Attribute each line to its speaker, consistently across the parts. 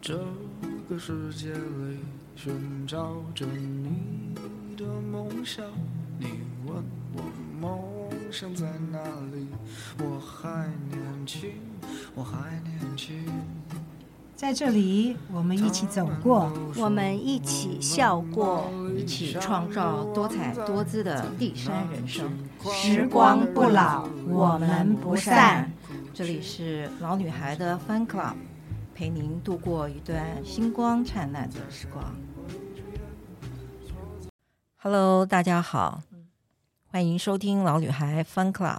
Speaker 1: 这个世界里寻找着你的梦想。你问我梦想在哪里？我还年轻，我还年轻。
Speaker 2: 在这里，我们一起走过，
Speaker 3: 我们一起笑过，
Speaker 4: 一起创造多彩多姿的
Speaker 2: 嗯
Speaker 4: 第三人生。
Speaker 2: 时光不老，我们不散。
Speaker 4: 这里是老女孩的 Fun Club，陪您度过一段星光灿烂的时光。Hello，大家好，欢迎收听老女孩 Fun Club。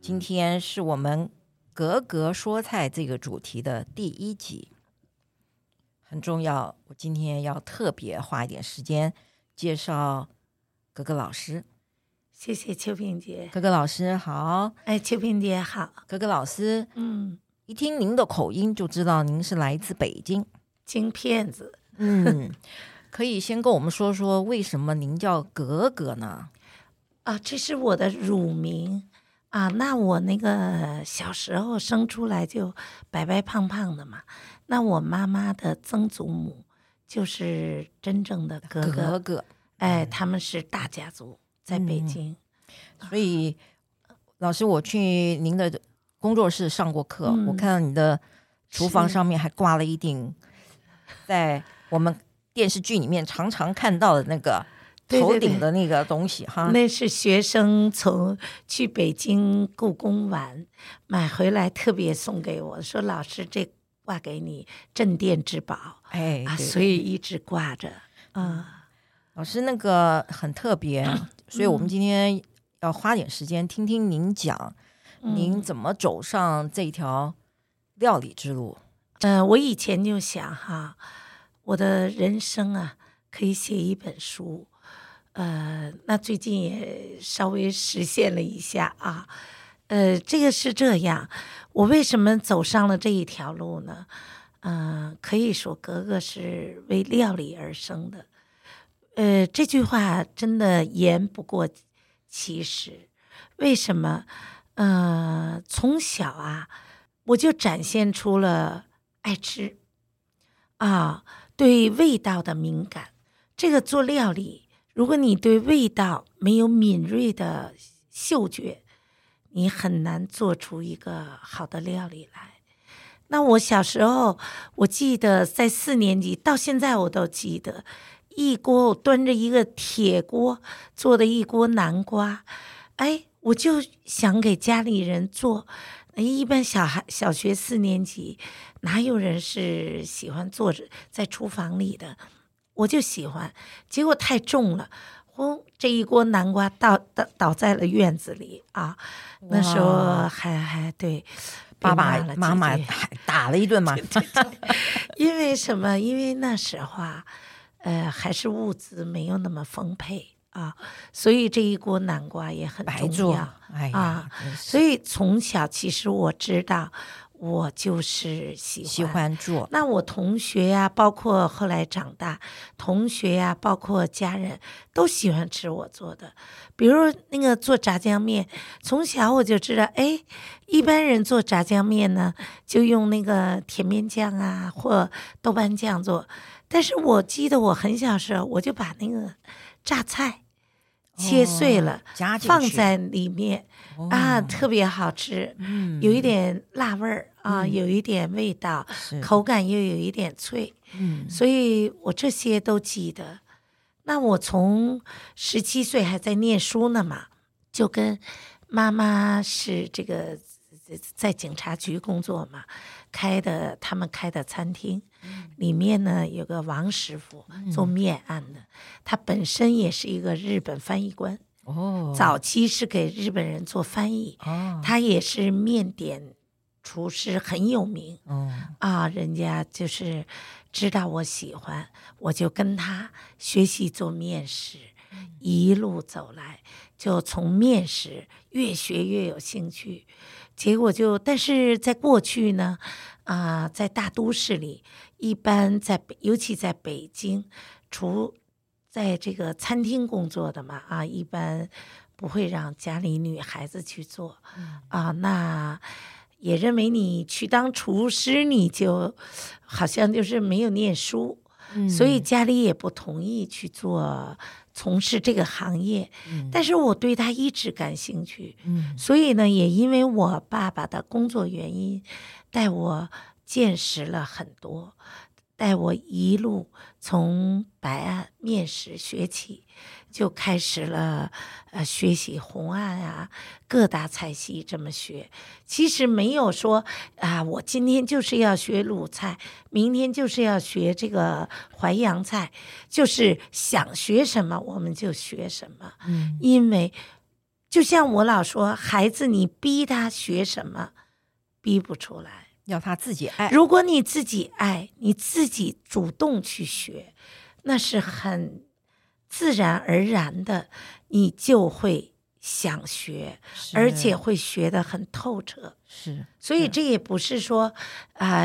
Speaker 4: 今天是我们格格说菜这个主题的第一集，很重要。我今天要特别花一点时间介绍格格老师。
Speaker 5: 谢谢秋萍姐。
Speaker 4: 格格老师好，
Speaker 5: 哎，秋萍姐好。
Speaker 4: 格格老师
Speaker 5: 嗯，
Speaker 4: 一听您的口音就知道您是来自北京。
Speaker 5: 金骗子。
Speaker 4: 嗯， 可以先跟我们说说为什么您叫格格呢？
Speaker 5: 啊，这是我的乳名啊。那我那个小时候生出来就白白胖胖的嘛，那我妈妈的曾祖母就是真正的格格，
Speaker 4: 格格，
Speaker 5: 哎，他们是大家族，在北
Speaker 2: 嗯
Speaker 5: 京。
Speaker 4: 所以老师，我去您的工作室上过课，
Speaker 5: 嗯
Speaker 4: 我看到你的厨房
Speaker 5: 是
Speaker 4: 上面还挂了一顶，在我们电视剧里面常常看到的那个
Speaker 5: 对
Speaker 4: 头
Speaker 5: 对对
Speaker 4: 顶的那个东西哈。
Speaker 5: 那是学生从去北京故宫玩买回来，特别送给我，说老师这挂给你镇店之宝
Speaker 4: 哎，
Speaker 5: 啊，
Speaker 4: 对
Speaker 5: 所以一直挂着啊。
Speaker 4: 老师那个很特别，
Speaker 5: 嗯
Speaker 4: 所以我们今天要花点时间听听您讲，
Speaker 5: 嗯
Speaker 4: 您怎么走上这条料理之路？
Speaker 5: 呃，我以前就想哈，我的人生啊，可以写一本书。呃，那最近也稍微实现了一下啊。呃，这个是这样，我为什么走上了这一条路呢？嗯、可以说格格是为料理而生的。呃，这句话真的言不过其实。为什么？呃，从小啊，我就展现出了爱吃啊，对味道的敏感。这个做料理，如果你对味道没有敏锐的嗅觉，你很难做出一个好的料理来。那我小时候，我记得在四年级到现在我都记得，一锅我端着一个铁锅做的一锅南瓜，哎，我就想给家里人做。哎一般小孩小学四年级，哪有人是喜欢坐着在厨房里的？我就喜欢，结果太重了，轰！这一锅南瓜倒倒倒在了院子里啊！那时候
Speaker 4: 哇
Speaker 5: 还还对，被
Speaker 4: 爸
Speaker 5: 骂
Speaker 4: 爸
Speaker 5: 了
Speaker 4: 妈妈
Speaker 5: 姐姐
Speaker 4: 还打了一 顿嘛？
Speaker 5: 因为什么？因为那时候啊，呃，还是物资没有那么丰沛啊，所以这一锅南瓜也很
Speaker 4: 白
Speaker 5: 重
Speaker 4: 做
Speaker 5: 要。，
Speaker 4: 哎呀
Speaker 5: 啊，
Speaker 4: 真是
Speaker 5: 所以从小其实我知道，我就是喜欢
Speaker 4: 喜欢做，
Speaker 5: 那我同学呀、包括后来长大，同学呀、包括家人都喜欢吃我做的，比如那个做炸酱面，从小我就知道，哎，一般人做炸酱面呢，就用那个甜面酱啊或豆瓣酱做，但是我记得我很小时候，我就把那个榨菜切碎了，
Speaker 4: 哦加进去哦
Speaker 5: 放在里面、啊，特别好吃，
Speaker 4: 嗯
Speaker 5: 有一点辣味儿啊，有一点味道。
Speaker 4: 是
Speaker 5: 口感又有一点脆，
Speaker 4: 嗯
Speaker 5: 所以我这些都记得。那我从十七岁还在念书呢嘛，就跟妈妈是这个呃在警察局工作嘛，开的他们开的餐厅，
Speaker 4: 嗯
Speaker 5: 里面呢有个王师傅做面案的，他本身也是一个日本翻译官，
Speaker 4: 哦
Speaker 5: 早期是给日本人做翻译，
Speaker 4: 哦
Speaker 5: 他也是面点厨师很有名。
Speaker 4: 哦
Speaker 5: 啊，人家就是知道我喜欢，我就跟他学习做面食，一路走来就从面食越学越有兴趣，结果就但是在过去呢，啊、在大都市里，一般在北尤其在北京，除在这个餐厅工作的嘛，啊，一般不会让家里女孩子去做，啊，那也认为你去当厨师，你就好像就是没有念书，
Speaker 4: 嗯
Speaker 5: 所以家里也不同意去做从事这个行业。但是我对他一直感兴趣，
Speaker 4: 嗯
Speaker 5: 所以呢，也因为我爸爸的工作原因，带我见识了很多，带我一路从白案面食学起，就开始了呃学习红案啊各大菜系这么学。其实没有说啊，我今天就是要学鲁菜，明天就是要学这个淮扬菜，就是想学什么我们就学什么。
Speaker 4: 嗯
Speaker 5: 因为就像我老说，孩子你逼他学什么，逼不出来。
Speaker 4: 要他自己爱，
Speaker 5: 如果你自己爱，你自己主动去学，那是很自然而然的，你就会想学，
Speaker 4: 是
Speaker 5: 而且会学得很透彻。
Speaker 4: 是
Speaker 5: 所以这也不是说啊、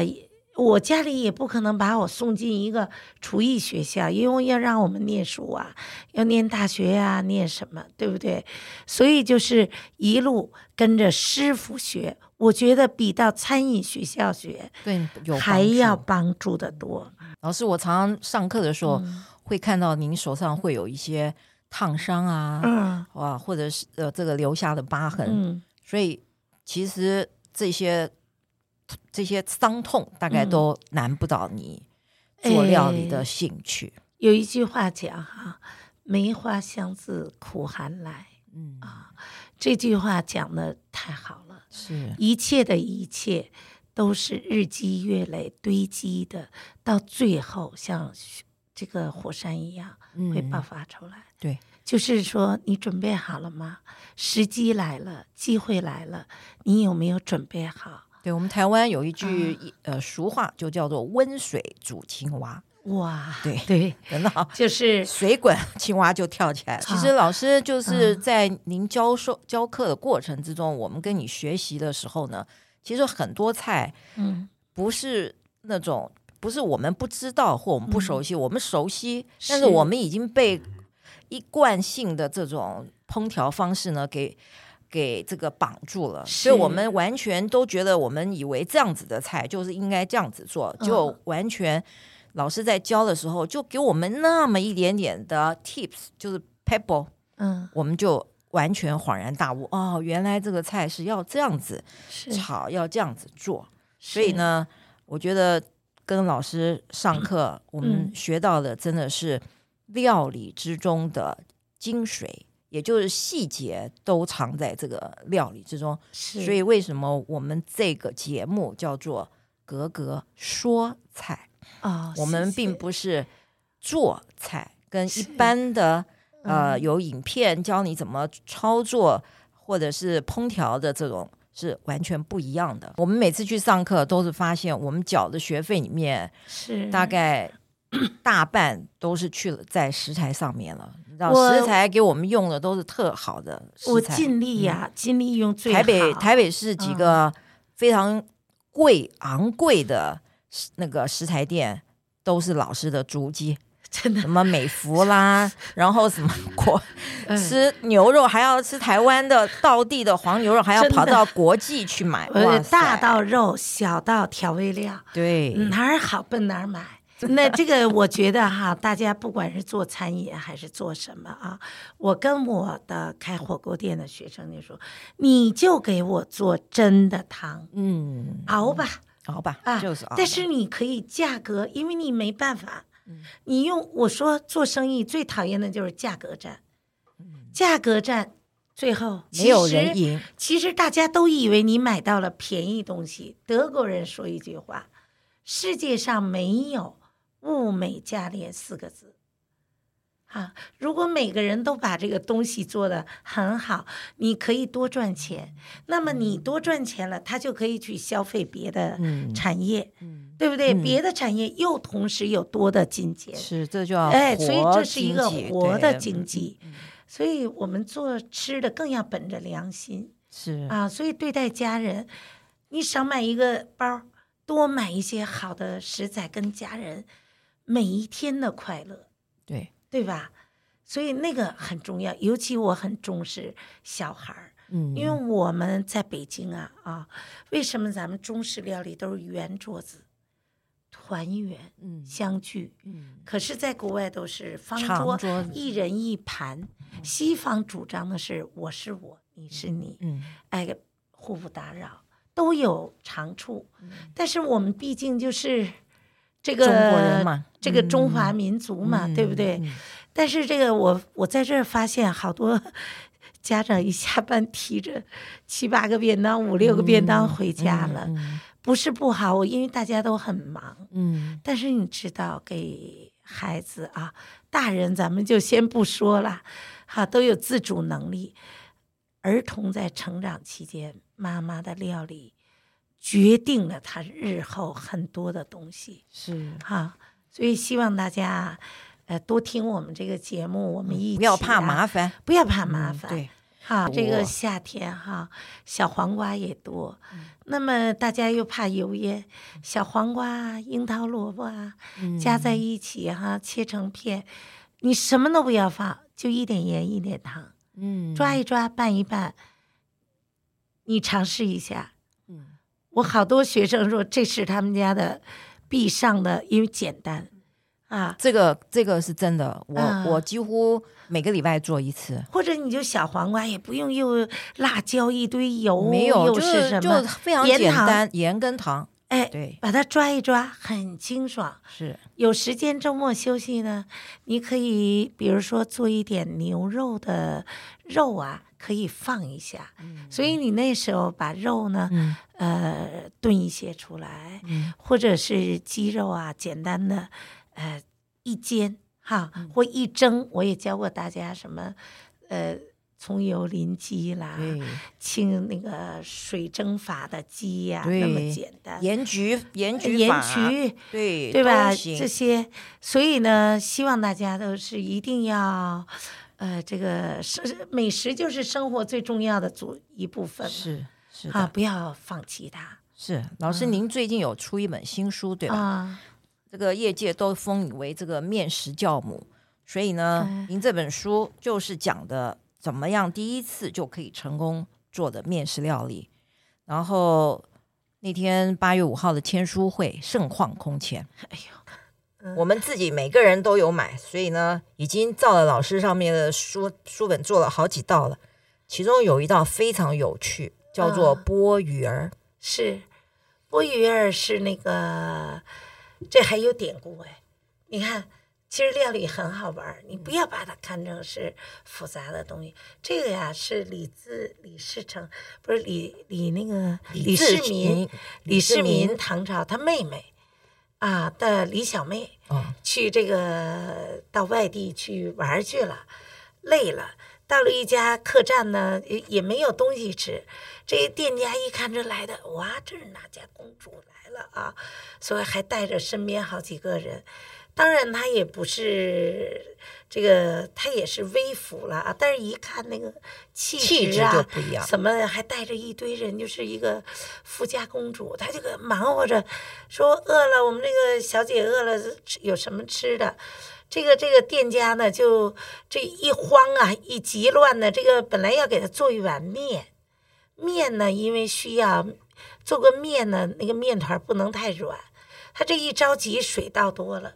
Speaker 5: 我家里也不可能把我送进一个厨艺学校，因为要让我们念书啊，要念大学呀、念什么，对不对？所以就是一路跟着师傅学，我觉得比到餐饮学校学
Speaker 4: 对你有
Speaker 5: 还
Speaker 4: 帮助
Speaker 5: 要嗯帮助的多。
Speaker 4: 老师，我常常上课的时候、会看到您手上会有一些烫伤啊，
Speaker 5: 嗯
Speaker 4: 哇，或者是呃这个留下的疤痕，
Speaker 5: 嗯，
Speaker 4: 所以其实这些这些伤痛大
Speaker 5: 嗯
Speaker 4: 概都难不倒你做料理
Speaker 5: 哎
Speaker 4: 的兴趣。
Speaker 5: 有一句话讲哈、梅花香自苦寒来”，
Speaker 4: 嗯，
Speaker 5: 啊这句话讲的太好了。
Speaker 4: 是
Speaker 5: 一切的一切都是日积月累堆积的，到最后像这个火山一样
Speaker 4: 嗯
Speaker 5: 会爆发出来。
Speaker 4: 对，
Speaker 5: 就是说你准备好了吗？时机来了，机会来了，你有没有准备好？
Speaker 4: 对我们台湾有一句、
Speaker 5: 啊
Speaker 4: 呃俗话，就叫做“温水煮青蛙
Speaker 5: 哇，
Speaker 4: 对
Speaker 5: 对”，，
Speaker 4: 真的啊。
Speaker 5: 就是
Speaker 4: 水滚，青蛙就跳起来了。其实老师就是在您教授、教课的过程之中，我们跟你学习的时候呢，其实很多菜
Speaker 5: 嗯，
Speaker 4: 不是那种不是我们不知道或我们不熟悉，我们熟悉，但
Speaker 5: 嗯是
Speaker 4: 是我们已经被一贯性的这种烹调方式呢给。给这个绑住了，所
Speaker 5: 是
Speaker 4: 以我们完全都觉得，我们以为这样子的菜就是应该这样子做，
Speaker 5: 嗯
Speaker 4: 就完全老师在教的时候就给我们那么一点点的 tips，就是 pebble，
Speaker 5: 嗯，
Speaker 4: 我们就完全恍然大悟，哦，原来这个菜是要这样子
Speaker 5: 是，
Speaker 4: 炒，要这样子做。
Speaker 5: 所
Speaker 4: 所以，呢，我觉得跟老师上课，我们学到的真的是料理之中的精髓，也就是细节都藏在这个料理之中。
Speaker 5: 是
Speaker 4: 所以为什么我们这个节目叫做“格格说菜”，
Speaker 5: 哦，
Speaker 4: 我们
Speaker 5: 谢谢
Speaker 4: 并不是做菜，跟一
Speaker 5: 是嗯
Speaker 4: 般的呃有影片教你怎么操作或者是烹调的这种是完全不一样的。我们每次去上课都是发现，我们缴的学费里面
Speaker 5: 是
Speaker 4: 大概大半都是去了在食材上面了。你知道
Speaker 5: 我
Speaker 4: 食材给我们用的都是特好的食
Speaker 5: 我
Speaker 4: 材。嗯
Speaker 5: 尽力呀、尽力用最
Speaker 4: 台北
Speaker 5: 好嗯
Speaker 4: 台北市几个非常贵、昂贵的食那个食材店，都是老师的足迹，
Speaker 5: 真的
Speaker 4: 什么美 福啦，然后什么国
Speaker 5: 嗯
Speaker 4: 吃牛肉还要吃台湾的道地的黄牛肉，还要
Speaker 5: 真的
Speaker 4: 跑到国际去买，哇
Speaker 5: 呃，
Speaker 4: 塞
Speaker 5: 大到肉，小到调味料，
Speaker 4: 对，嗯
Speaker 5: 哪儿好奔哪儿买。 那这个我觉得哈，大家不管是做餐饮还是做什么啊，我跟我的开火锅店的学生就说，你就给我做真的汤，
Speaker 4: 嗯，
Speaker 5: 熬吧
Speaker 4: 好吧，嗯
Speaker 5: 啊，
Speaker 4: 就是啊，
Speaker 5: 但是你可以价格，因为你没办法，你用我说做生意最讨厌的就是价格战，价格战最后
Speaker 4: 嗯没有
Speaker 5: 其
Speaker 4: 人
Speaker 5: 实
Speaker 4: 赢，
Speaker 5: 其实大家都以为你买到了便宜东西。德国人说一句话：“世界上没有物美价廉”四个字。啊，如果每个人都把这个东西做得很好，你可以多赚钱。那么你多赚钱了，他就可以去消费别的
Speaker 4: 嗯
Speaker 5: 产业，
Speaker 4: 嗯，
Speaker 5: 对不对？
Speaker 4: 嗯
Speaker 5: 别的产业又同时有多的金钱，
Speaker 4: 是这叫
Speaker 5: 哎，所以
Speaker 4: 啊活
Speaker 5: 这是一
Speaker 4: 经
Speaker 5: 个
Speaker 4: 济
Speaker 5: 活的
Speaker 4: 对嗯
Speaker 5: 经济。所以我们做吃的更要本着良心。
Speaker 4: 是
Speaker 5: 啊，所以对待家人，你少买一个包儿，多买一些好的食材，跟家人每一天的快乐，
Speaker 4: 对，
Speaker 5: 对吧？所以那个很重要，尤其我很重视小孩儿，
Speaker 4: 嗯，
Speaker 5: 因为我们在北京啊啊，为什么咱们中式料理都是圆桌子、团圆、
Speaker 4: 嗯
Speaker 5: 相聚？
Speaker 4: 嗯
Speaker 5: 可是，在国外都是方
Speaker 4: 长
Speaker 5: 桌，
Speaker 4: 桌子
Speaker 5: 一人一盘。西方主张的是我是我，你是你，
Speaker 4: 嗯
Speaker 5: 哎，互不打扰，都有长处。但是我们毕竟就是这个
Speaker 4: 嗯中国人嘛嗯
Speaker 5: 这个中华民族嘛，对不对？但是这个我我在这儿发现好多家长一下班提着七八个便当、五六个便
Speaker 4: 嗯
Speaker 5: 当回家了，不是不好，我因为大家都很忙。
Speaker 4: 嗯
Speaker 5: 但是你知道，给孩子啊，大人咱们就先不说了，哈、都有自主能力。儿童在成长期间，妈妈的料理决定了他日后很多的东西。
Speaker 4: 是，
Speaker 5: 哈、所以希望大家呃多听我们这个节目，我们一起、啊、
Speaker 4: 嗯不要怕麻，烦，嗯
Speaker 5: 不要怕麻烦，
Speaker 4: 对，
Speaker 5: 哈，这
Speaker 4: 我
Speaker 5: 个夏天哈，小黄瓜也多，
Speaker 4: 嗯
Speaker 5: 那么大家又怕油烟，小黄瓜啊、樱桃、萝卜啊
Speaker 4: 嗯
Speaker 5: 加在一起哈，切成片，你什么都不要放，就一点盐一点糖，
Speaker 4: 嗯，
Speaker 5: 抓一抓拌一拌，你尝试一下。
Speaker 4: 嗯
Speaker 5: 我好多学生说这是他们家的必上的，因为简单啊，
Speaker 4: 这个这个是真的，我、
Speaker 5: 啊
Speaker 4: 我几乎每个礼拜做一次，
Speaker 5: 或者你就小黄瓜也不用又辣椒一堆油，
Speaker 4: 没有
Speaker 5: 哦又
Speaker 4: 就是
Speaker 5: 什么
Speaker 4: 就非常
Speaker 5: 盐
Speaker 4: 简
Speaker 5: 糖
Speaker 4: 单，盐跟糖，
Speaker 5: 哎，
Speaker 4: 对，
Speaker 5: 把它抓一抓，很清爽。
Speaker 4: 是，
Speaker 5: 有时间周末休息呢，你可以比如说做一点牛肉的肉啊，可以放一下。所以你那时候把肉呢，
Speaker 4: 嗯
Speaker 5: 呃，炖一些出来，
Speaker 4: 嗯
Speaker 5: 或者是鸡肉啊，简单的，呃，一煎哈，
Speaker 4: 嗯
Speaker 5: 或一蒸。我也教过大家什么，呃，葱油淋鸡啦，
Speaker 4: 对，
Speaker 5: 啊清那个水蒸法的鸡呀、
Speaker 4: 对
Speaker 5: 那么简单。
Speaker 4: 盐焗盐焗
Speaker 5: 盐
Speaker 4: 法
Speaker 5: 焗，
Speaker 4: 对
Speaker 5: 对吧？
Speaker 4: 都行
Speaker 5: 这些，所以呢，希望大家都是一定要，呃，这个生美食就是生活最重要的组一部分嘛
Speaker 4: 是是的，
Speaker 5: 啊，不要放弃它
Speaker 4: 是老
Speaker 5: 嗯
Speaker 4: 师，您最近有出一本新书对吧？
Speaker 5: 啊。
Speaker 4: 这个业界都封你为这个面食教母，所以呢，
Speaker 5: 哎
Speaker 4: 您这本书就是讲的怎么样第一次就可以成功做的面食料理。然后那天八月五号的签书会盛况空前，
Speaker 5: 哎
Speaker 4: 我们自己每个人都有买，所以呢，已经照了老师上面的书书本做了好几道了，其中有一道非常有趣，叫
Speaker 5: 嗯
Speaker 4: 做剥鱼儿。
Speaker 5: 是，波鱼儿是那个，这还有典故哎。你看，其实料理很好玩儿，你
Speaker 4: 嗯
Speaker 5: 不要把它看成是复杂的东西。这个呀是李自李世成，不是李李那个李世
Speaker 4: 自
Speaker 5: 民，
Speaker 4: 李
Speaker 5: 李
Speaker 4: 世
Speaker 5: 世民
Speaker 4: 民
Speaker 5: 唐朝他妹妹啊的李小妹，
Speaker 4: 哦，
Speaker 5: 去这个呃到外地去玩儿去了，累了，到了一家客栈呢，也也没有东西吃。这些店家一看这来的，哇，这是哪家公主来了啊？所以还带着身边好几个人。当然，他也不是这个，他也是微服了啊。但是，一看那个气
Speaker 4: 气质
Speaker 5: 啊，
Speaker 4: 就不一样
Speaker 5: 什么还带着一堆人，就是一个富家公主，她这个忙活着，说饿了，我们这个小姐饿了，吃有什么吃的？这个这个店家呢，就这一慌啊，一急乱呢，这个本来要给她做一碗面，面呢，因为需要做个面呢，那个面团不能太软，她这一着急水倒多了。
Speaker 4: 嗯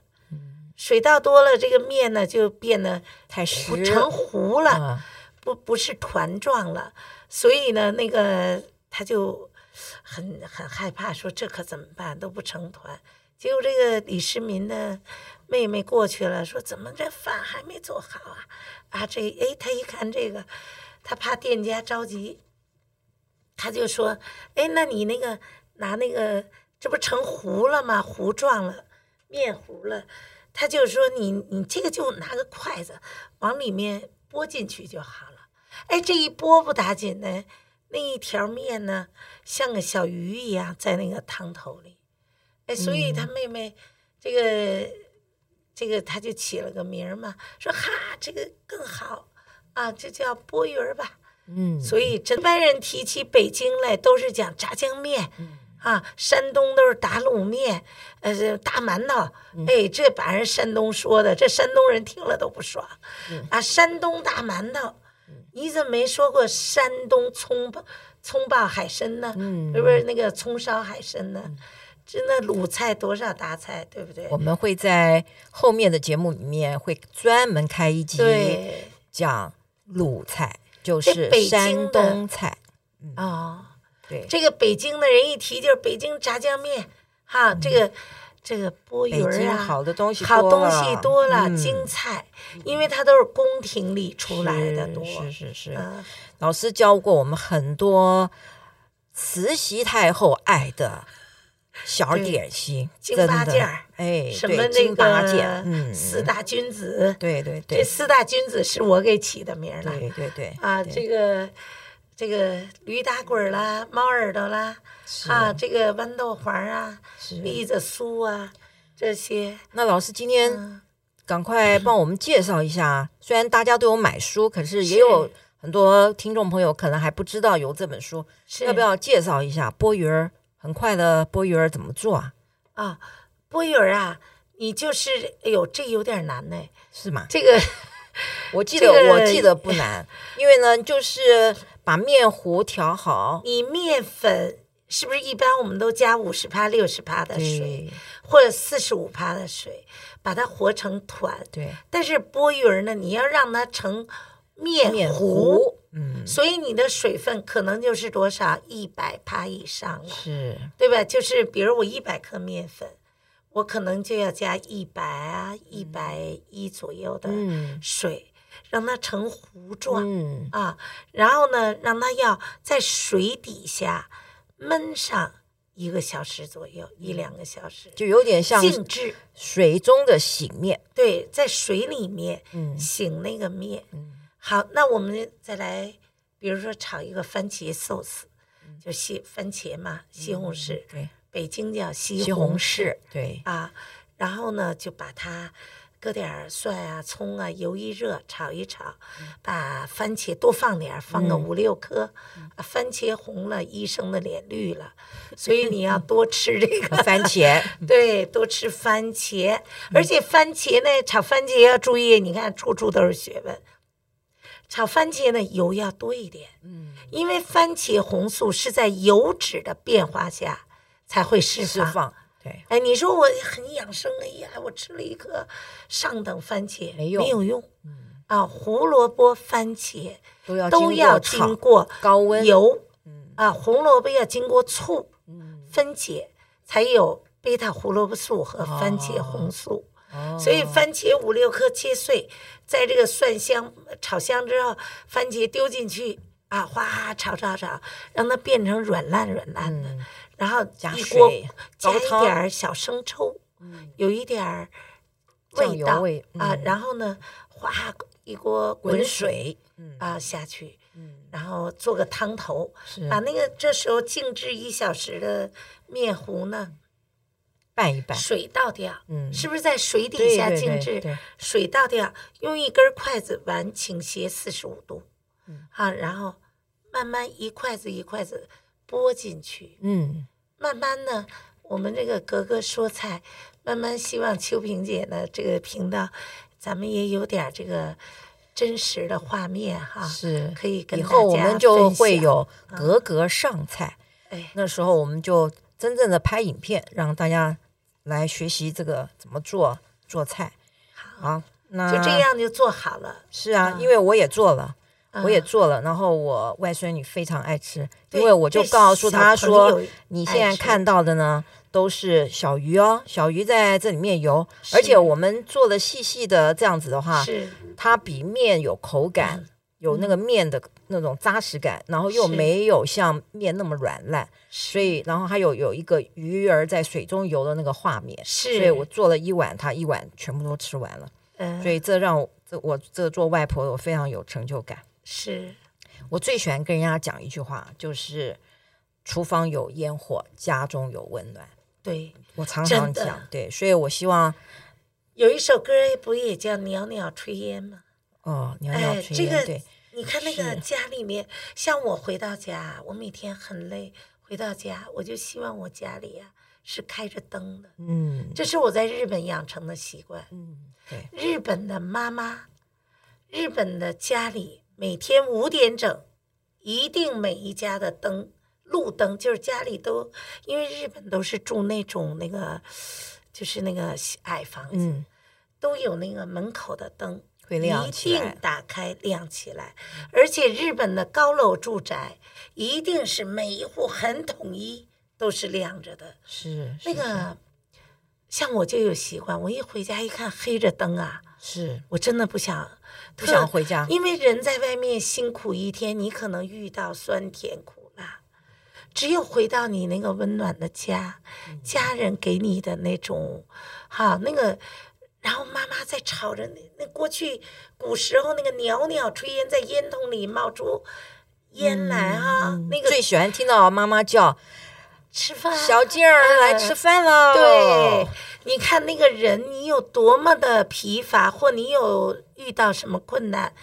Speaker 5: 水倒多了，这个面呢就变得
Speaker 4: 太实
Speaker 5: 不成糊了，
Speaker 4: 啊
Speaker 5: 不不是团状了，所以呢，那个他就很很害怕，说这可怎么办，都不成团。结果这个李世民的妹妹过去了，说怎么这饭还没做好啊？啊，这哎，他一看这个，他怕店家着急，他就说，哎，那你那个拿那个，这不成糊了吗？糊状了，面糊了。他就说你你这个就拿个筷子往里面拨进去就好了。哎，这一拨不打紧呢，那一条面呢，像个小鱼一样在那个汤头里。哎，所以他妹妹这个、这个他就起了个名儿嘛，说哈这个更好啊，这叫拨鱼儿吧。
Speaker 4: 嗯，
Speaker 5: 所以这外人提起北京来，都是讲炸酱面，
Speaker 4: 嗯
Speaker 5: 啊，山东都是打卤面，呃，这大馒头，
Speaker 4: 嗯
Speaker 5: 哎，这
Speaker 4: 嗯
Speaker 5: 把人山东说的，这山东人听了都不爽，啊，山东大馒头，你怎么没说过山东葱爆葱爆海参呢？
Speaker 4: 嗯
Speaker 5: 不是那个葱烧海参呢？真的鲁菜多少大菜，对不对？
Speaker 4: 我们会在后面的节目里面会专门开一集
Speaker 5: 对
Speaker 4: 讲鲁菜，就是
Speaker 5: 在北京
Speaker 4: 山
Speaker 5: 的
Speaker 4: 东菜。嗯
Speaker 5: 啊、
Speaker 4: 对，
Speaker 5: 这个北京的人一提就是北京炸酱面，哈，这个这个波
Speaker 4: 嗯北
Speaker 5: 鱼儿
Speaker 4: 京
Speaker 5: 啊，
Speaker 4: 好的东西
Speaker 5: 好东西多了，
Speaker 4: 嗯
Speaker 5: 京菜，因为它都是宫廷里出来的
Speaker 4: 是
Speaker 5: 多，
Speaker 4: 是是是，
Speaker 5: 嗯，
Speaker 4: 老师教过我们很多慈禧太后爱的小
Speaker 5: 对
Speaker 4: 点心，
Speaker 5: 京
Speaker 4: 真
Speaker 5: 八
Speaker 4: 的
Speaker 5: 件儿
Speaker 4: 哎，
Speaker 5: 什
Speaker 4: 对
Speaker 5: 么那
Speaker 4: 京八件，
Speaker 5: 个
Speaker 4: 嗯，
Speaker 5: 四大君子，
Speaker 4: 对对
Speaker 5: 这
Speaker 4: 对
Speaker 5: 四大君子是我给起的名儿了
Speaker 4: 对对对
Speaker 5: 啊，
Speaker 4: 对
Speaker 5: 这个这个驴打滚儿啦，猫耳朵啦，
Speaker 4: 是
Speaker 5: 啊，这个豌豆黄儿啊，
Speaker 4: 是
Speaker 5: 栗子酥啊，这些，
Speaker 4: 那老师今天
Speaker 5: 嗯，
Speaker 4: 赶快帮我们介绍一下，虽然大家都有买书，可是也
Speaker 5: 是
Speaker 4: 有很多听众朋友可能还不知道有这本书，
Speaker 5: 是
Speaker 4: 要不要介绍一下剥鱼儿？很快的剥鱼儿怎么做啊？
Speaker 5: 啊？波鱼儿啊，你就是，哎呦，这有点难呢，
Speaker 4: 是吗？
Speaker 5: 这个。
Speaker 4: 我记得、
Speaker 5: 这个
Speaker 4: 我记得不难，因为呢，就是把面糊调好，
Speaker 5: 你面粉是不是一般我们都加五十帕、六十帕的水，
Speaker 4: 对
Speaker 5: 或者四十五帕的水，把它和成团。
Speaker 4: 对，
Speaker 5: 但是拨鱼儿呢，你要让它成面糊，
Speaker 4: 面糊，嗯，
Speaker 5: 所以你的水分可能就是多少一百帕以上了，
Speaker 4: 是
Speaker 5: 对吧？就是比如我一百克面粉，我可能就要加一百啊、一百一左右的
Speaker 4: 嗯
Speaker 5: 水，让它成糊状。
Speaker 4: 嗯
Speaker 5: 啊，然后呢，让它要在水底下焖上一个小时左右，一两个小时，
Speaker 4: 就有点像
Speaker 5: 静置。
Speaker 4: 水中的醒面，
Speaker 5: 对，在水里面
Speaker 4: 嗯
Speaker 5: 醒那个面。
Speaker 4: 嗯
Speaker 5: 好，那我们再来，比如说炒一个番茄寿司，
Speaker 4: 嗯
Speaker 5: 就西番茄嘛，西红柿，
Speaker 4: 对，
Speaker 5: 北京叫西
Speaker 4: 嗯西
Speaker 5: 红
Speaker 4: 红柿，对，
Speaker 5: 啊，然后呢就把它搁点儿蒜啊、葱啊，油一热炒一炒，把番茄多放点儿，放个
Speaker 4: 嗯
Speaker 5: 五六颗。啊番茄红了，医生的脸绿 了，所以你要
Speaker 4: 嗯
Speaker 5: 多吃这个。
Speaker 4: 番茄，
Speaker 5: 对，多吃番
Speaker 4: 嗯
Speaker 5: 茄，而且番茄呢，炒番茄要注意，你看处处都是学问。炒番茄呢，油要多一点，
Speaker 4: 嗯，
Speaker 5: 因为番茄红素是在油脂的变化下才会释
Speaker 4: 释
Speaker 5: 放。
Speaker 4: 放，对，
Speaker 5: 哎，你说我很养生，哎呀，我吃了一颗上等番茄，
Speaker 4: 没用
Speaker 5: 没有用。啊，胡萝卜、番茄
Speaker 4: 都要
Speaker 5: 都要经
Speaker 4: 经过炒
Speaker 5: 过
Speaker 4: 高温，
Speaker 5: 油
Speaker 4: 嗯
Speaker 5: 啊，红萝卜要经过醋
Speaker 4: 嗯，
Speaker 5: 分解，才有贝塔胡萝卜素和番茄红素。
Speaker 4: 哦
Speaker 5: 所以番茄五六颗切碎，在这个蒜香炒香之后，番茄丢进去啊，哗炒炒炒，让它变成软烂软烂的，
Speaker 4: 嗯
Speaker 5: 然后
Speaker 4: 加
Speaker 5: 一锅
Speaker 4: 水
Speaker 5: 加
Speaker 4: 高
Speaker 5: 一
Speaker 4: 汤嗯
Speaker 5: 点儿小生抽，有一点儿
Speaker 4: 酱
Speaker 5: 味
Speaker 4: 油
Speaker 5: 道
Speaker 4: 味
Speaker 5: 啊，
Speaker 4: 嗯
Speaker 5: 然后呢，哗一锅
Speaker 4: 滚
Speaker 5: 滚
Speaker 4: 水，嗯
Speaker 5: 啊下去，
Speaker 4: 嗯，
Speaker 5: 然后做个汤头，
Speaker 4: 是
Speaker 5: 把那个这时候静置一小时的面糊呢，
Speaker 4: 拌一拌，
Speaker 5: 水倒掉，
Speaker 4: 嗯
Speaker 5: 是不是在水
Speaker 4: 对
Speaker 5: 底下
Speaker 4: 对
Speaker 5: 静
Speaker 4: 对
Speaker 5: 置？
Speaker 4: 对
Speaker 5: 水倒掉，用一根筷子碗倾斜四十五度，
Speaker 4: 嗯
Speaker 5: 啊，然后慢慢一筷子一筷子拨进去，
Speaker 4: 嗯，
Speaker 5: 慢慢呢，我们这个格格说菜，慢慢希望秋萍姐呢这个频道，咱们也有点儿这个真实的画面哈，
Speaker 4: 是
Speaker 5: 可以啊跟
Speaker 4: 以
Speaker 5: 大
Speaker 4: 后我
Speaker 5: 家
Speaker 4: 们就
Speaker 5: 分
Speaker 4: 会
Speaker 5: 享，啊
Speaker 4: 有格格上菜，
Speaker 5: 哎，
Speaker 4: 那时候我们就真正的拍影片，让大家来学习这个怎么做做菜。好，那
Speaker 5: 就这样就做好了，
Speaker 4: 嗯是啊，
Speaker 5: 嗯
Speaker 4: 因为我也做了，我也
Speaker 5: 嗯
Speaker 4: 做了，然后我外孙女非常爱吃，
Speaker 5: 对
Speaker 4: 因为我就
Speaker 5: 对
Speaker 4: 告诉她
Speaker 5: 小朋
Speaker 4: 说
Speaker 5: 友，
Speaker 4: 你
Speaker 5: 爱
Speaker 4: 现在
Speaker 5: 吃
Speaker 4: 看到的呢都是小鱼哦，小鱼在这里面游，而且
Speaker 5: 是
Speaker 4: 我们做的细细的这样子的话，
Speaker 5: 是嗯
Speaker 4: 它比面有口感，有那个面的那种扎实感，然后又
Speaker 5: 是
Speaker 4: 没有像面那么软烂，所
Speaker 5: 所
Speaker 4: 以然后还有有一个鱼儿在水中游的那个画面，
Speaker 5: 是
Speaker 4: 所以我做了一碗，它一碗全部都吃完了，
Speaker 5: 嗯
Speaker 4: 所以这让我这我这做外婆我非常有成就感。
Speaker 5: 是
Speaker 4: 我最喜欢跟人家讲一句话，就是厨房有烟火，家中有温暖。
Speaker 5: 对。
Speaker 4: 我常常
Speaker 5: 真的
Speaker 4: 讲，对，所以我希望
Speaker 5: 有一首歌不也叫《袅袅炊烟》吗？
Speaker 4: 哦，袅袅
Speaker 5: 哎，
Speaker 4: 炊
Speaker 5: 这
Speaker 4: 烟，
Speaker 5: 个
Speaker 4: 对，
Speaker 5: 你看那个
Speaker 4: 是
Speaker 5: 家里面，像我回到家，我每天很累，回到家我就希望我家里呀、是开着灯的，
Speaker 4: 嗯
Speaker 5: 这是我在日本养成的习惯。
Speaker 4: 嗯，对，
Speaker 5: 日本的妈妈，日本的家里每天五点整，一定每一家的灯路灯，就是家里都，因为日本都是住那种那个，就是那个矮房子，
Speaker 4: 嗯，
Speaker 5: 都有那个门口的灯，
Speaker 4: 会亮
Speaker 5: 一
Speaker 4: 起来
Speaker 5: 定打开亮起来。而且日本的高楼住宅一定是每一户很统一，都是亮着的。
Speaker 4: 是
Speaker 5: 那个，像我就有习惯，我一回家一看黑着灯啊，
Speaker 4: 是
Speaker 5: 我真的不想
Speaker 4: 不想回家，
Speaker 5: 因为人在外面辛苦一天，你可能遇到酸甜苦辣，只有回到你那个温暖的家，家人给你的那种，哈，那个，然后妈妈在炒着那那过去古时候那个袅袅炊烟在烟囱里冒出烟来啊，那个
Speaker 4: 最喜欢听到妈妈叫
Speaker 5: 吃饭啊
Speaker 4: 小静儿来吃饭喽。
Speaker 5: 对，，
Speaker 4: 哦
Speaker 5: 你看那个人，你有多么的疲乏，或你有遇到什么困难，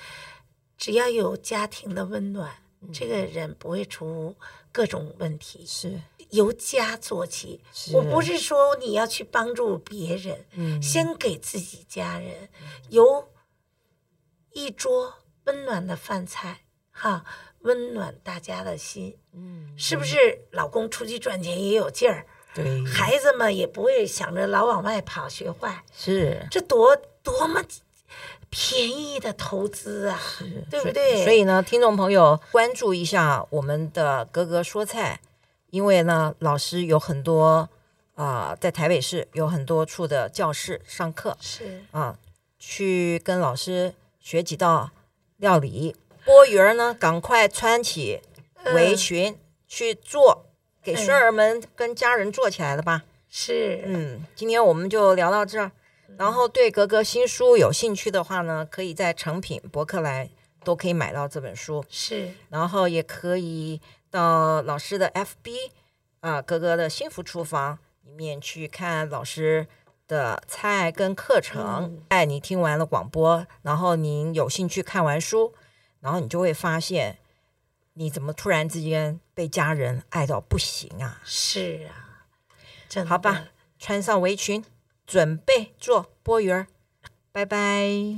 Speaker 5: 只要有家庭的温暖，
Speaker 4: 嗯
Speaker 5: 这个人不会出各种问题。
Speaker 4: 是
Speaker 5: 由家做起，
Speaker 4: 是
Speaker 5: 我不是说你要去帮助别人，
Speaker 4: 嗯
Speaker 5: 先给自己家人有一桌温暖的饭菜，哈，温暖大家的心，
Speaker 4: 嗯，
Speaker 5: 是不是？老公出去赚钱也有劲儿，
Speaker 4: 对，
Speaker 5: 孩子们也不会想着老往外跑学坏，
Speaker 4: 是
Speaker 5: 这多多么便宜的投资啊，对不对？
Speaker 4: 所以呢，听众朋友关注一下我们的格格说菜，因为呢，老师有很多啊、在台北市有很多处的教室上课
Speaker 5: 是
Speaker 4: 啊，去跟老师学几道料理。嗯波鱼儿呢，赶快穿起
Speaker 5: 呃
Speaker 4: 围裙、去做，给孙儿们跟家人做起来了吧。
Speaker 5: 是，
Speaker 4: 嗯，今天我们就聊到这儿。然后对格格新书有兴趣的话呢，可以在诚品、博客来都可以买到这本书，
Speaker 5: 是
Speaker 4: 然后也可以到老师的 FB 啊、格格的幸福厨房里面去看老师的菜跟课程。哎，你听完了广播，然后您有兴趣看完书，然后你就会发现，你怎么突然之间被家人爱到不行啊！
Speaker 5: 是啊，真的
Speaker 4: 好吧，穿上围裙，准备做波鱼儿，拜拜。